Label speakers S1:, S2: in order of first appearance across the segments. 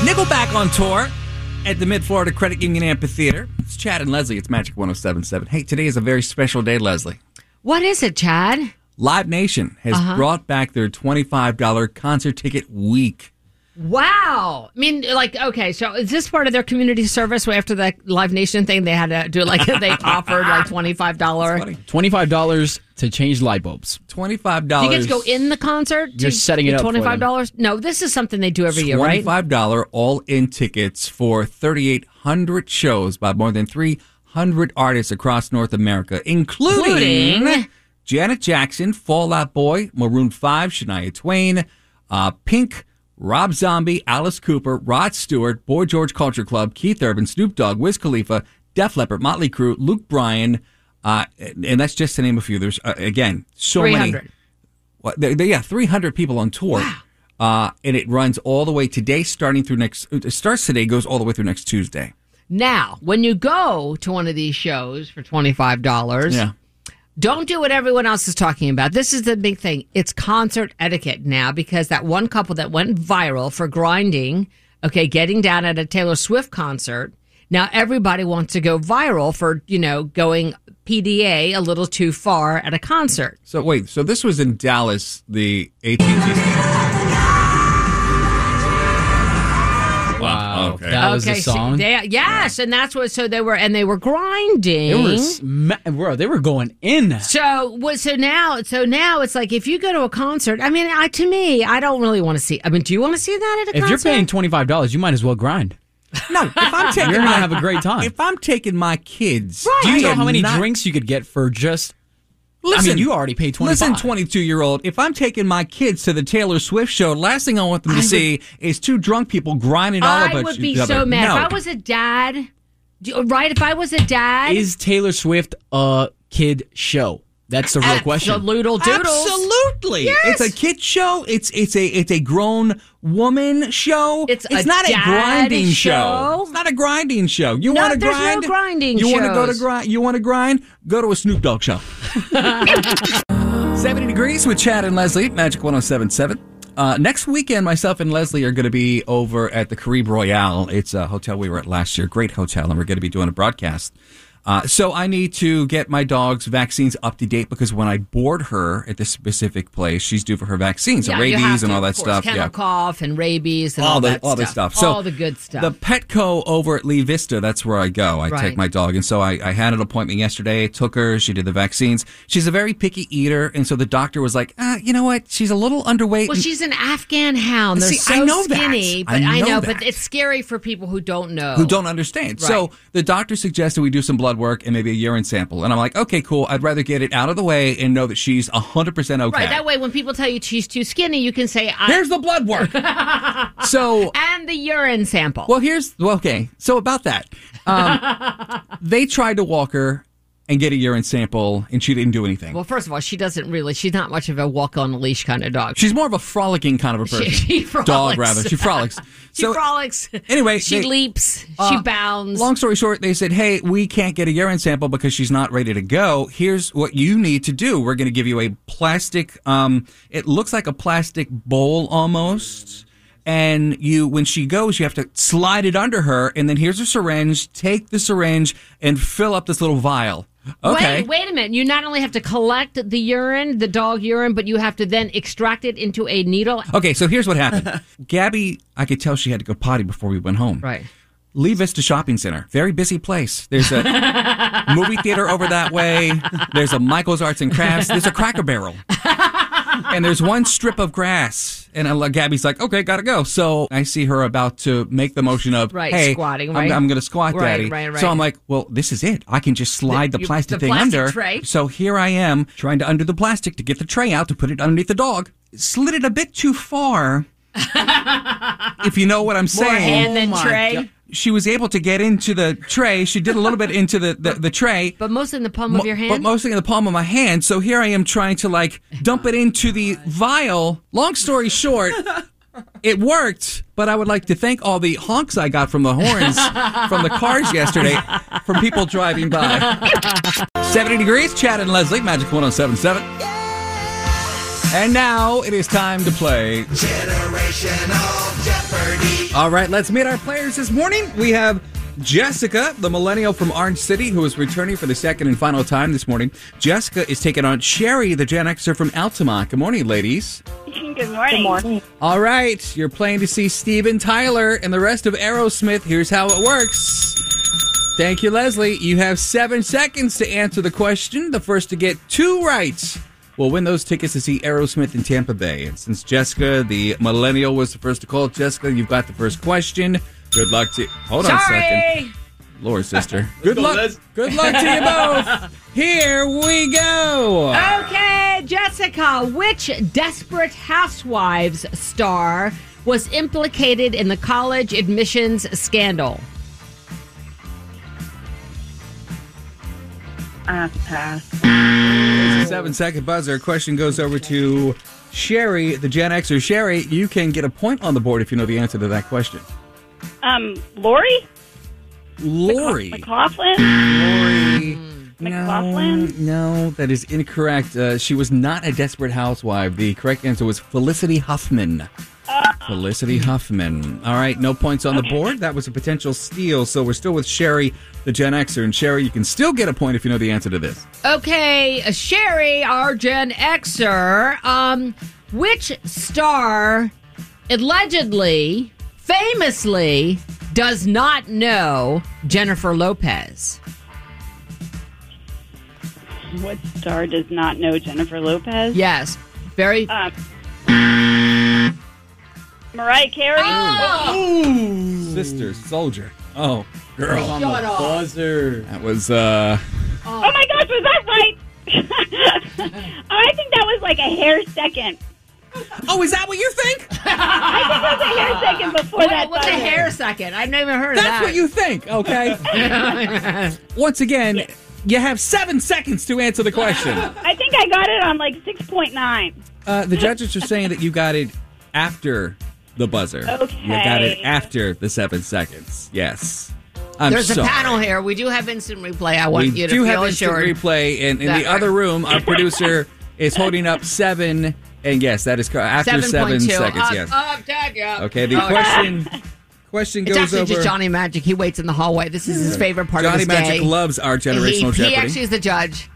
S1: Nickelback on tour at the Mid Florida Credit Union Amphitheater. It's Chad and Leslie. It's Magic 1077. Hey, today is a very special day, Leslie.
S2: What is it, Chad?
S1: Live Nation has
S2: Uh-huh.
S1: brought back their $25 concert ticket week.
S2: Wow. I mean, like, okay, so is this part of their community service where after the Live Nation thing, they had to do like, they offered like $25.
S1: Funny.
S3: Twenty-five dollars to change light bulbs.
S1: $25.
S2: Do you get to go in the concert?
S3: You're
S2: to
S3: setting it
S2: get
S3: up for them.
S2: $25? No, this is something they do every year, right?
S1: $25 all in tickets for 3,800 shows by more than 300 artists across North America, including,
S2: Including-
S1: Janet Jackson, Fallout Boy, Maroon 5, Shania Twain, uh, Pink, Rob Zombie, Alice Cooper, Rod Stewart, Boy George Culture Club, Keith Urban, Snoop Dogg, Wiz Khalifa, Def Leppard, Motley Crue, Luke Bryan, uh, and and that's just to name a few. There's, uh, again, so many.
S2: 300
S1: Well, they, they, yeah, 300 people on tour. Uh, and it runs all the way today, starting through next. uh, It starts today, goes all the way through next Tuesday.
S2: Now, when you go to one of these shows for $25,
S1: Yeah,
S2: Don't do what everyone else is talking about. This is the big thing. It's concert etiquette now because that one couple that went viral for grinding, okay, getting down at a Taylor Swift concert. Now everybody wants to go viral for, you know, going PDA a little too far at a concert.
S1: So wait, so this was in Dallas, the AT&T.
S3: Wow,
S1: okay.
S3: that was a
S2: so
S3: song.
S2: they- yes, and that's what so they were and they were grinding.
S3: they were, sma- bro, they were going in.
S2: So what? So now, so now it's like if you go to a concert. I mean, I to me, I don't really want to see. I mean, do you want to see that at a
S3: If you're
S2: concert?
S3: paying twenty-five dollars, you might as well grind.
S1: No, if I'm taking
S3: You're gonna
S1: my-
S3: have a great time.
S1: If I'm taking my kids,
S3: Do
S1: I
S3: you know
S1: am
S3: how many
S1: not-
S3: drinks you could get for just?
S1: Listen,
S3: I mean, you already paid twenty.
S1: Listen, 22 year old, if I'm taking my kids to the Taylor Swift show, last thing I want them to see is two drunk people grinding all
S2: I
S1: about
S2: would
S1: each
S2: be
S1: other.
S2: so mad
S1: No.
S2: if I was a dad. Do, right? If I was a dad,
S3: Is Taylor Swift a kid show? That's the real
S2: the
S3: question.
S2: loodle doodles.
S1: Absolutely. It's
S2: Yes.
S1: a kid show. It's it's a it's a grown woman show.
S2: It's a
S1: not a
S2: dad
S1: grinding show.
S2: show.
S1: It's not a grinding show. You
S2: No,
S1: want to
S2: there's no
S1: grind?
S2: grinding
S1: You want to go to
S2: shows.
S1: grind? You want to grind? Go to a Snoop Dogg show. 70 degrees with Chad and Leslie, Magic 1077. Uh, next weekend, myself and Leslie are going to be over at the Caribe Royale. It's a hotel we were at last year, great hotel, and we're going to be doing a broadcast. Uh, so I need to get my dog's vaccines up to date because when I board her at this specific place, she's due for her vaccines,
S2: Yeah,
S1: and
S2: you
S1: rabies
S2: have
S1: and
S2: to,
S1: all that
S2: of course.
S1: stuff.
S2: Kennel cough and rabies and all,
S1: all the
S2: that
S1: all the
S2: stuff.
S1: stuff. So
S2: all the good stuff.
S1: The Petco over at Lee Vista. That's where I go. I
S2: Right.
S1: take my dog, and so I, I had an appointment yesterday. I took her. She did the vaccines. She's a very picky eater, and so the doctor was like, uh, you know what? She's a little underweight.
S2: well, she's an Afghan hound. They're
S1: See,
S2: so
S1: I know that.
S2: skinny,
S1: I
S2: but I
S1: know
S2: know,
S1: that.
S2: but it's scary for people who don't know.
S1: who don't understand. So
S2: Oh. Right.
S1: the doctor suggested we do some blood work and maybe a urine sample. And I'm like, okay, cool. I'd rather get it out of the way and know that she's 100% okay.
S2: Right. That way, when people tell you she's too skinny, you can say, I,
S1: Here's the blood work. so
S2: and the urine sample.
S1: Well, here's well, okay. So about that, um, they tried to walk her and get a urine sample, and she didn't do anything.
S2: Well, first of all, she doesn't really. She's not much of a walk on a leash kind of dog.
S1: She's more of a frolicking kind of a person.
S2: she
S1: Dog,
S2: frolics.
S1: rather. She frolics.
S2: She frolics.
S1: anyway,
S2: she
S1: they-
S2: leaps. she bounds.
S1: Uh, Long story short, they said, "Hey, we can't get a urine sample because she's not ready to go. Here's what you need to do. We're going to give you a plastic. Um, it looks like a plastic bowl almost." And you, when she goes, you have to slide it under her, and then here's a syringe. Take the syringe and fill up this little vial. Okay.
S2: Wait, wait a minute. You not only have to collect the urine, the dog urine, but you have to then extract it into a needle.
S1: Okay, so here's what happened. Gabby, I could tell she had to go potty before we went home.
S2: Right.
S1: Lee Vista Shopping Center, very busy place. There's a movie theater over that way. There's a Michael's Arts and Crafts. There's a Cracker Barrel. And there's one strip of grass. And I, like- Gabby's like, okay, gotta go. So I see her about to make the motion of,
S2: Right,
S1: hey,
S2: squatting,
S1: I'm-
S2: right?
S1: I'm, gonna squat,
S2: Right,
S1: daddy.
S2: right, right.
S1: So I'm like, well, this is it. I can just slide the,
S2: you-
S1: plastic
S2: the
S1: thing
S2: plastic
S1: under.
S2: tray.
S1: So here I am trying to undo the plastic to get the tray out to put it underneath the dog. Slid it a bit too far. if you know what I'm saying
S2: hand than tray.
S1: she was able to get into the tray. She did a little bit into the, the, the tray,
S2: But mostly in the palm of your hand.
S1: but mostly in the palm of my hand. So here I am trying to like dump it into the
S2: Oh
S1: vial. Long story short, it worked, but I would like to thank all the honks I got from the horns from the cars yesterday from people driving by. 70 degrees, Chad and Leslie, Magic 1077. And now it is time to play.
S4: Generational Jeopardy.
S1: All right, let's meet our players this morning. We have Jessica, the millennial from Orange City, who is returning for the second and final time this morning. Jessica is taking on Sherry, the Gen Xer from Altamont. Good morning, ladies.
S5: Good morning. Good morning.
S1: All right, you're playing to see Steven Tyler and the rest of Aerosmith. Here's how it works. Thank you, Leslie. You have seven seconds to answer the question. The first to get two rights will win those tickets to see Aerosmith in Tampa Bay. And since Jessica, the millennial, was the first to call, Jessica, you've got the first question. Good luck to hold on a second.
S2: Sorry.
S1: Lord, sister. Good
S3: go,
S1: luck.
S3: Les.
S1: Good luck to you both. Here we go.
S2: Okay, Jessica, which Desperate Housewives star was implicated in the college admissions scandal?
S5: I have to pass.
S1: Seven second buzzer. Question goes over to Sherry, the Gen Xer. Sherry, you can get a point on the board if you know the answer to that question.
S5: Um, Lori
S1: Lori.
S5: McLaughlin.
S1: Lori. No,
S5: McLaughlin?
S1: no, that is incorrect. Uh, she was not a desperate housewife. The correct answer was Felicity Huffman. Felicity Huffman. All right, no points on the board. That was a potential steal. So we're still with Sherry, the Gen Xer. And Sherry, you can still get a point if you know the answer to this.
S2: Okay, uh, Sherry, our Gen Xer, um, which star allegedly, famously, does not know Jennifer Lopez?
S5: What star does not know Jennifer Lopez?
S2: Yes, very.
S1: Oh,
S5: Um, Mariah Carey.
S2: Oh,
S1: Sister, soldier. Oh, girl.
S3: On the
S2: Shut up.
S3: buzzer.
S1: That was, uh,
S5: Oh my gosh, was that right? Oh, I think that was like a hair second.
S1: Oh, is that what you think?
S5: That was a hair second before that.
S2: what's a
S5: song.
S2: hair second? I've never heard of
S1: That's
S2: that.
S1: what you think, okay? Once again, you have seven seconds to answer the question.
S5: I think I got it on like six point nine.
S1: Uh, the judges are saying that you got it after the buzzer.
S5: Okay.
S1: You got it after the seven seconds. Yes. I'm
S2: There's
S1: sorry.
S2: a panel here. We do have instant replay. I want
S1: We
S2: you to
S1: do
S2: feel
S1: have instant
S2: assured.
S1: replay, and in
S2: that-
S1: the other room, our producer is holding up seven. And yes, that is cor- after seven
S2: 7.2.
S1: seconds.
S2: Up,
S1: yes.
S2: up, tag, up.
S1: Okay. The
S2: Oh, yeah.
S1: question question
S2: uh, It's
S1: goes
S2: actually
S1: over.
S2: just Johnny Magic. He waits in the hallway. This is his favorite part of
S1: Johnny
S2: his
S1: Magic
S2: day.
S1: loves our
S2: he,
S1: generational
S2: he
S1: Jeopardy.
S2: actually is the judge.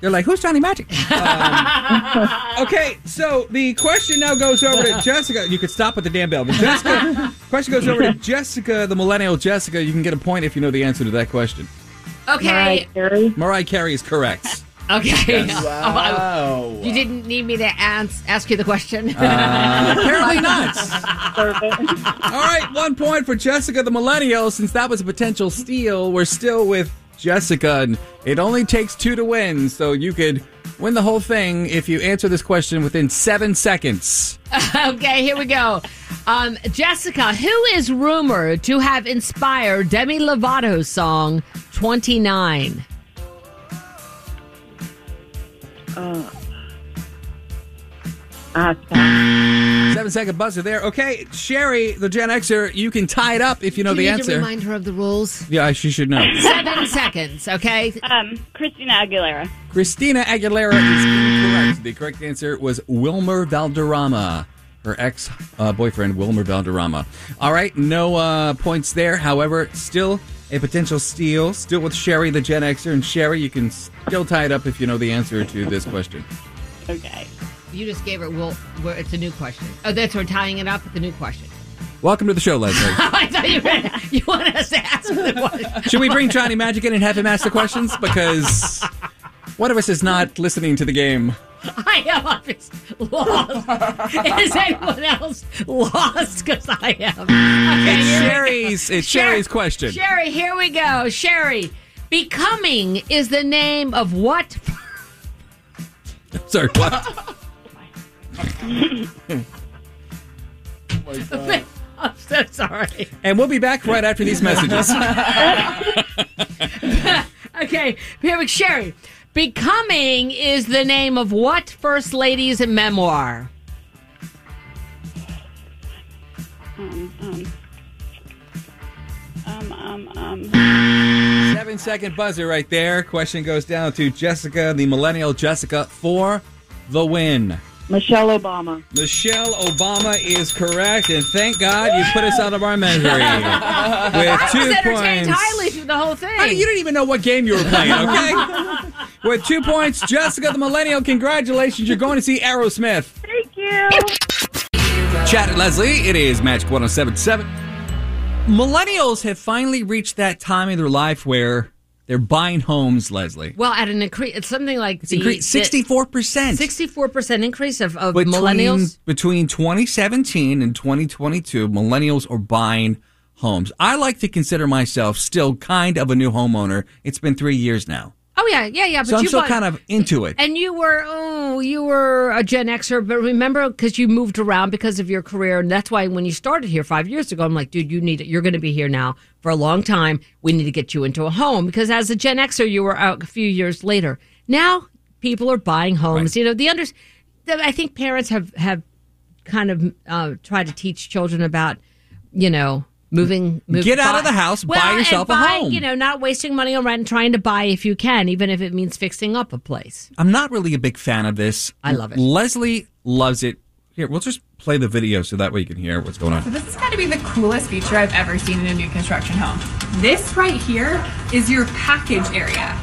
S1: They're like, who's Johnny Magic? Um, okay, so the question now goes over to Jessica. You could stop with the damn bell. But Jessica, question goes over to Jessica, the millennial Jessica. You can get a point if you know the answer to that question.
S2: Okay.
S5: Mariah Carey.
S1: Mariah Carey is correct.
S2: Okay.
S1: Yes.
S2: Oh, I-
S3: Wow.
S2: you didn't need me to ans- ask you the question.
S1: Uh, apparently not. All right, one point for Jessica, the millennial. Since that was a potential steal, we're still with Jessica, and it only takes two to win. So you could win the whole thing if you answer this question within seven seconds.
S2: okay, here we go. Um, Jessica, who is rumored to have inspired Demi Lovato's song 29?
S5: I have to pass.
S1: Seven second buzzer there. Okay, Sherry, the Gen Xer, you can tie it up if you know
S2: Do
S1: the
S2: you need to
S1: answer.
S2: remind her of the rules?
S1: yeah, she should know.
S2: Seven seconds, okay?
S5: Um, Christina Aguilera.
S1: Christina Aguilera is incorrect. The correct answer was Wilmer Valderrama, her ex uh, boyfriend, Wilmer Valderrama. All right, no uh, points there. However, still a potential steal. Still with Sherry, the Gen Xer. And Sherry, you can still tie it up if you know the answer to this question.
S5: Okay.
S2: You just gave her, well, where it's a new question. Oh, that's her tying it up with the new question.
S1: Welcome to the show, Leslie.
S2: I thought you were, you wanted us to ask her the question.
S1: Should we bring Johnny Magic in and have him ask the questions? Because one of us is not listening to the game.
S2: I am obviously lost. Is anyone else lost? Because I am. Okay,
S1: It's
S2: here we go.
S1: Sherry's. It's
S2: Sher-
S1: Sherry's question.
S2: Sherry, here we go. Sherry, becoming is the name of what?
S1: Sorry. What?
S2: I'm so sorry.
S1: And we'll be back right after these messages.
S2: Okay, here we Sherry. Becoming is the name of what First Lady's memoir?
S5: Um, um, um, um, um.
S1: Seven second buzzer right there. Question goes down to Jessica, the millennial Jessica, for the win.
S5: Michelle Obama.
S1: Michelle Obama is correct, and thank God you put us out of our misery with
S2: I
S1: two
S2: was entertained
S1: points.
S2: highly through the whole thing.
S1: Honey, you didn't even know what game you were playing, okay? with two points, Jessica the Millennial, congratulations. You're going to see Aerosmith.
S5: Thank you.
S1: Chat at Leslie. It is Magic 1077. Millennials have finally reached that time in their life where they're buying homes, Leslie.
S2: well, at an increase, it's something like
S1: It's increased 64%.
S2: 64 percent increase of, of
S1: between,
S2: millennials.
S1: Between 2017 and 2022, millennials are buying homes. I like to consider myself still kind of a new homeowner. It's been three years now.
S2: Oh yeah, yeah, yeah. But
S1: So I'm
S2: you
S1: still
S2: bought-
S1: kind of into it.
S2: And you were, oh, you were a Gen Xer, but remember because you moved around because of your career, and that's why when you started here five years ago, I'm like, dude, you need, you're going to be here now for a long time. We need to get you into a home because as a Gen Xer, you were out a few years later. Now people are buying homes. You know the under, the, I think parents have have kind of uh, tried to teach children about, you know. Moving, move,
S1: Get out of the house, buy
S2: Well, and
S1: yourself a
S2: buy,
S1: home.
S2: You know, not wasting money on rent, and trying to buy if you can, even if it means fixing up a place.
S1: I'm not really a big fan of this.
S2: I love it.
S1: Leslie loves it. Here, we'll just play the video so that way you can hear what's going on.
S6: This has got to be the coolest feature I've ever seen in a new construction home. This right here is your package area.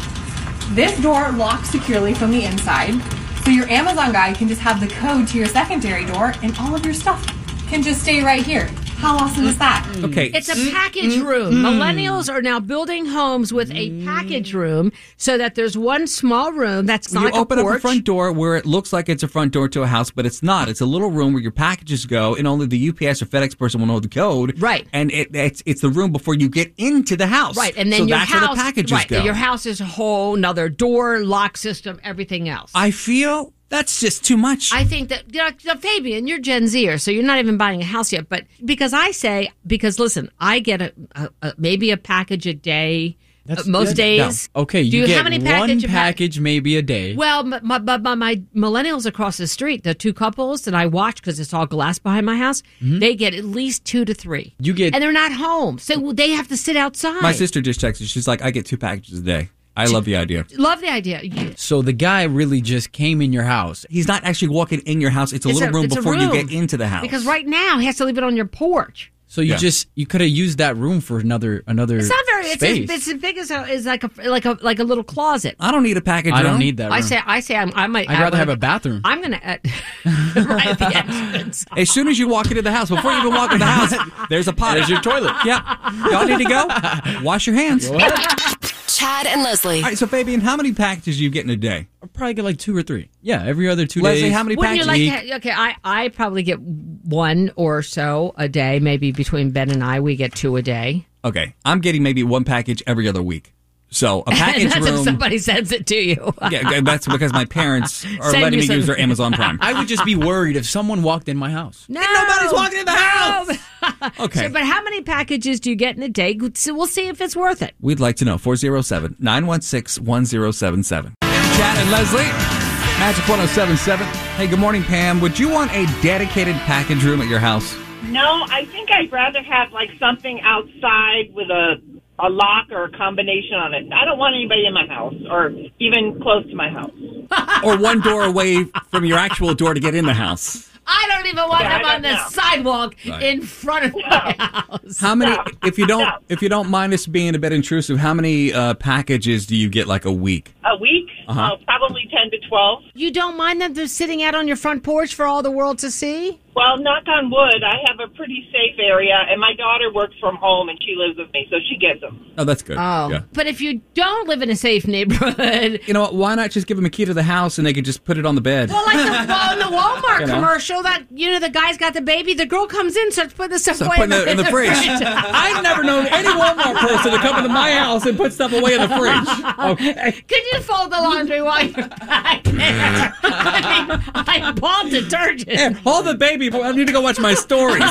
S6: This door locks securely from the inside, so your Amazon guy can just have the code to your secondary door and all of your stuff can just stay right here. How awesome is that?
S1: Okay.
S2: It's a package
S1: mm,
S2: room. Millennials are now building homes with a package room so that there's one small room that's not
S1: you
S2: like
S1: open
S2: a
S1: up a
S2: porch.
S1: front door where it looks like it's a front door to a house, but it's not. It's a little room where your packages go, and only the UPS or FedEx person will know the code.
S2: Right.
S1: And it, it's it's the room before you get into the house.
S2: Right, and then
S1: so
S2: your
S1: that's
S2: house,
S1: where the packages
S2: right,
S1: go.
S2: your house is a whole another door, lock system, everything else.
S1: I feel that's just too much.
S2: I think that you know, now, Fabian, you're Gen Zer, so you're not even buying a house yet. But because I say, because listen, I get a, a, a maybe a package a day,
S3: That's
S2: uh, most
S3: good.
S2: days.
S3: Okay, you,
S2: Do you
S3: get
S2: how many
S3: one
S2: package a pack-
S3: package maybe a day.
S2: Well, my, my, my, my, my millennials across the street, the two couples that I watch because it's all glass behind my house, they get at least two to three.
S3: Mm-hmm. You get-
S2: and they're not home, so they have to sit outside.
S1: My sister just texted. She's like, I get two packages a day. I love the idea.
S2: love the idea. You-
S3: so the guy really just came in your house.
S1: He's not actually walking in your house. It's a
S2: It's
S1: little
S2: a-
S1: room
S2: it's a
S1: before you
S2: room.
S1: get into the house.
S2: because right now he has to leave it on your porch.
S3: So you
S1: Yeah.
S3: just you could have used that room for another another.
S2: It's not very. It's,
S3: space.
S2: it's, it's as big as a, is like a like a like a little closet.
S1: I don't need a package.
S3: I don't
S1: room.
S3: need that. Room.
S2: I say I say I'm, I might.
S3: I'd rather
S2: I'm
S3: have a
S2: gonna-
S3: bathroom.
S2: I'm gonna at, right at the entrance.
S1: As soon as you walk into the house, before you even walk in the house, there's a pot. There's your toilet. Yep. Y'all need to go. Wash your hands.
S7: Chad and Leslie.
S1: All right, so Fabian, how many packages do you get in a day?
S3: I'll probably get like two or three. Yeah, every other two
S1: Leslie,
S3: days.
S1: how many
S2: Wouldn't you
S1: packages?
S2: like to? Okay, I, I probably get one or so a day, maybe between Ben and I, we get two a day.
S1: okay, I'm getting maybe one package every other week. So a
S2: And
S1: package
S2: that's if
S1: room.
S2: somebody sends it to you.
S1: Yeah, okay, that's because my parents are
S2: Send
S1: letting
S2: you
S1: me
S2: some-
S1: use their Amazon Prime.
S3: I would just be worried if someone walked in my house.
S2: No,
S1: nobody's walking in the house! Okay.
S2: So, but how many packages do you get in a day? So we'll see if it's worth it.
S1: We'd like to know 407 916 1077. Chad and Leslie, Magic 1077. Hey, good morning, Pam. Would you want a dedicated package room at your house?
S8: No, I think I'd rather have like something outside with a a lock or a combination on it. I don't want anybody in my house or even close to my house.
S1: Or one door away from your actual door to get in the house?
S2: I don't even want
S8: Yeah, I
S2: them on
S8: don't
S2: the
S8: know.
S2: sidewalk
S1: Right.
S2: in front of my house.
S1: How many, if you don't, if you don't mind us being a bit intrusive, how many uh, packages do you get like a week?
S8: A week, uh probably ten to twelve.
S2: You don't mind them just sitting out on your front porch for all the world to see?
S8: Well, knock on wood, I have a pretty safe area, and my daughter works from home and she lives with me, so she gets them.
S1: Oh, that's good.
S2: Oh,
S1: Yeah.
S2: but if you don't live in a safe neighborhood,
S1: You know what? Why not just give them a key to the house and they could just put it on the bed?
S2: Well, like the, well, in the Walmart
S1: You know?
S2: commercial, that you know the guy's got the baby, the girl comes in, starts putting the stuff
S1: So
S2: away
S1: put it in the, in the fridge. I've never known any Walmart person to come into my house and put stuff away in the fridge. Okay.
S2: Could you fold the laundry while you're back there? I, mean, I bought detergent.
S1: Hold the baby, but I need to go watch my stories.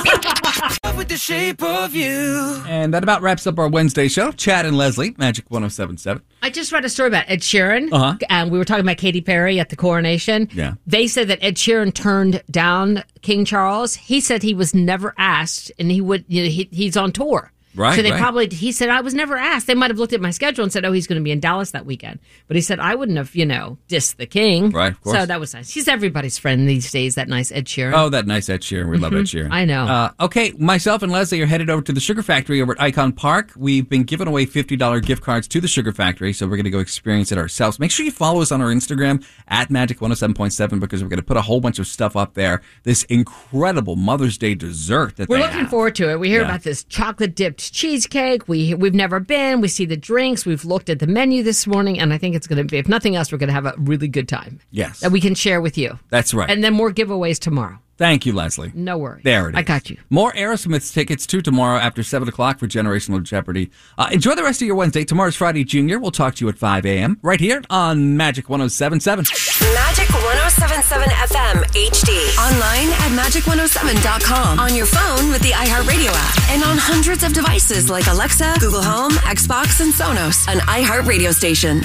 S1: And that about wraps up our Wednesday show. Chad and Leslie, Magic 1077.
S2: I just read a story about Ed Sheeran,
S1: Uh-huh.
S2: and we were talking about Katy Perry at the coronation.
S1: Yeah.
S2: they said that Ed Sheeran turned down King Charles. He said he was never asked, and he would. You know, he, he's on tour.
S1: Right,
S2: So they
S1: right.
S2: probably he said I was never asked. They might have looked at my schedule and said, "Oh, he's going to be in Dallas that weekend." But he said I wouldn't have, you know, dissed the king.
S1: Right, of course.
S2: So that was nice. He's everybody's friend these days. That nice Ed Sheeran.
S1: Oh, that nice Ed Sheeran. We love Ed Sheeran.
S2: Mm-hmm. I know.
S1: Uh, okay, myself and Leslie are headed over to the Sugar Factory over at Icon Park. We've been giving away $50 gift cards to the Sugar Factory, so we're going to go experience it ourselves. Make sure you follow us on our Instagram at Magic107.7 because we're going to put a whole bunch of stuff up there. This incredible Mother's Day dessert that
S2: We're
S1: they
S2: looking
S1: have.
S2: forward to it. We hear
S1: Yeah.
S2: about this chocolate dipped cheesecake. We we've never been. We see the drinks. We've looked at the menu this morning, and I think it's going to be. If nothing else, we're going to have a really good time.
S1: Yes.
S2: that we can share with you.
S1: That's right.
S2: And then more giveaways tomorrow.
S1: Thank you, Leslie.
S2: No worries.
S1: There it is.
S2: I got you.
S1: More Aerosmith tickets too tomorrow after 7 o'clock for Generational Jeopardy. Uh, enjoy the rest of your Wednesday. Tomorrow's Friday, Junior. We'll talk to you at 5 a.m. right here on Magic 1077.
S7: Magic 1077 FM HD. Online at magic1077.com. On your phone with the iHeartRadio app. And on hundreds of devices like Alexa, Google Home, Xbox, and Sonos. An iHeartRadio station.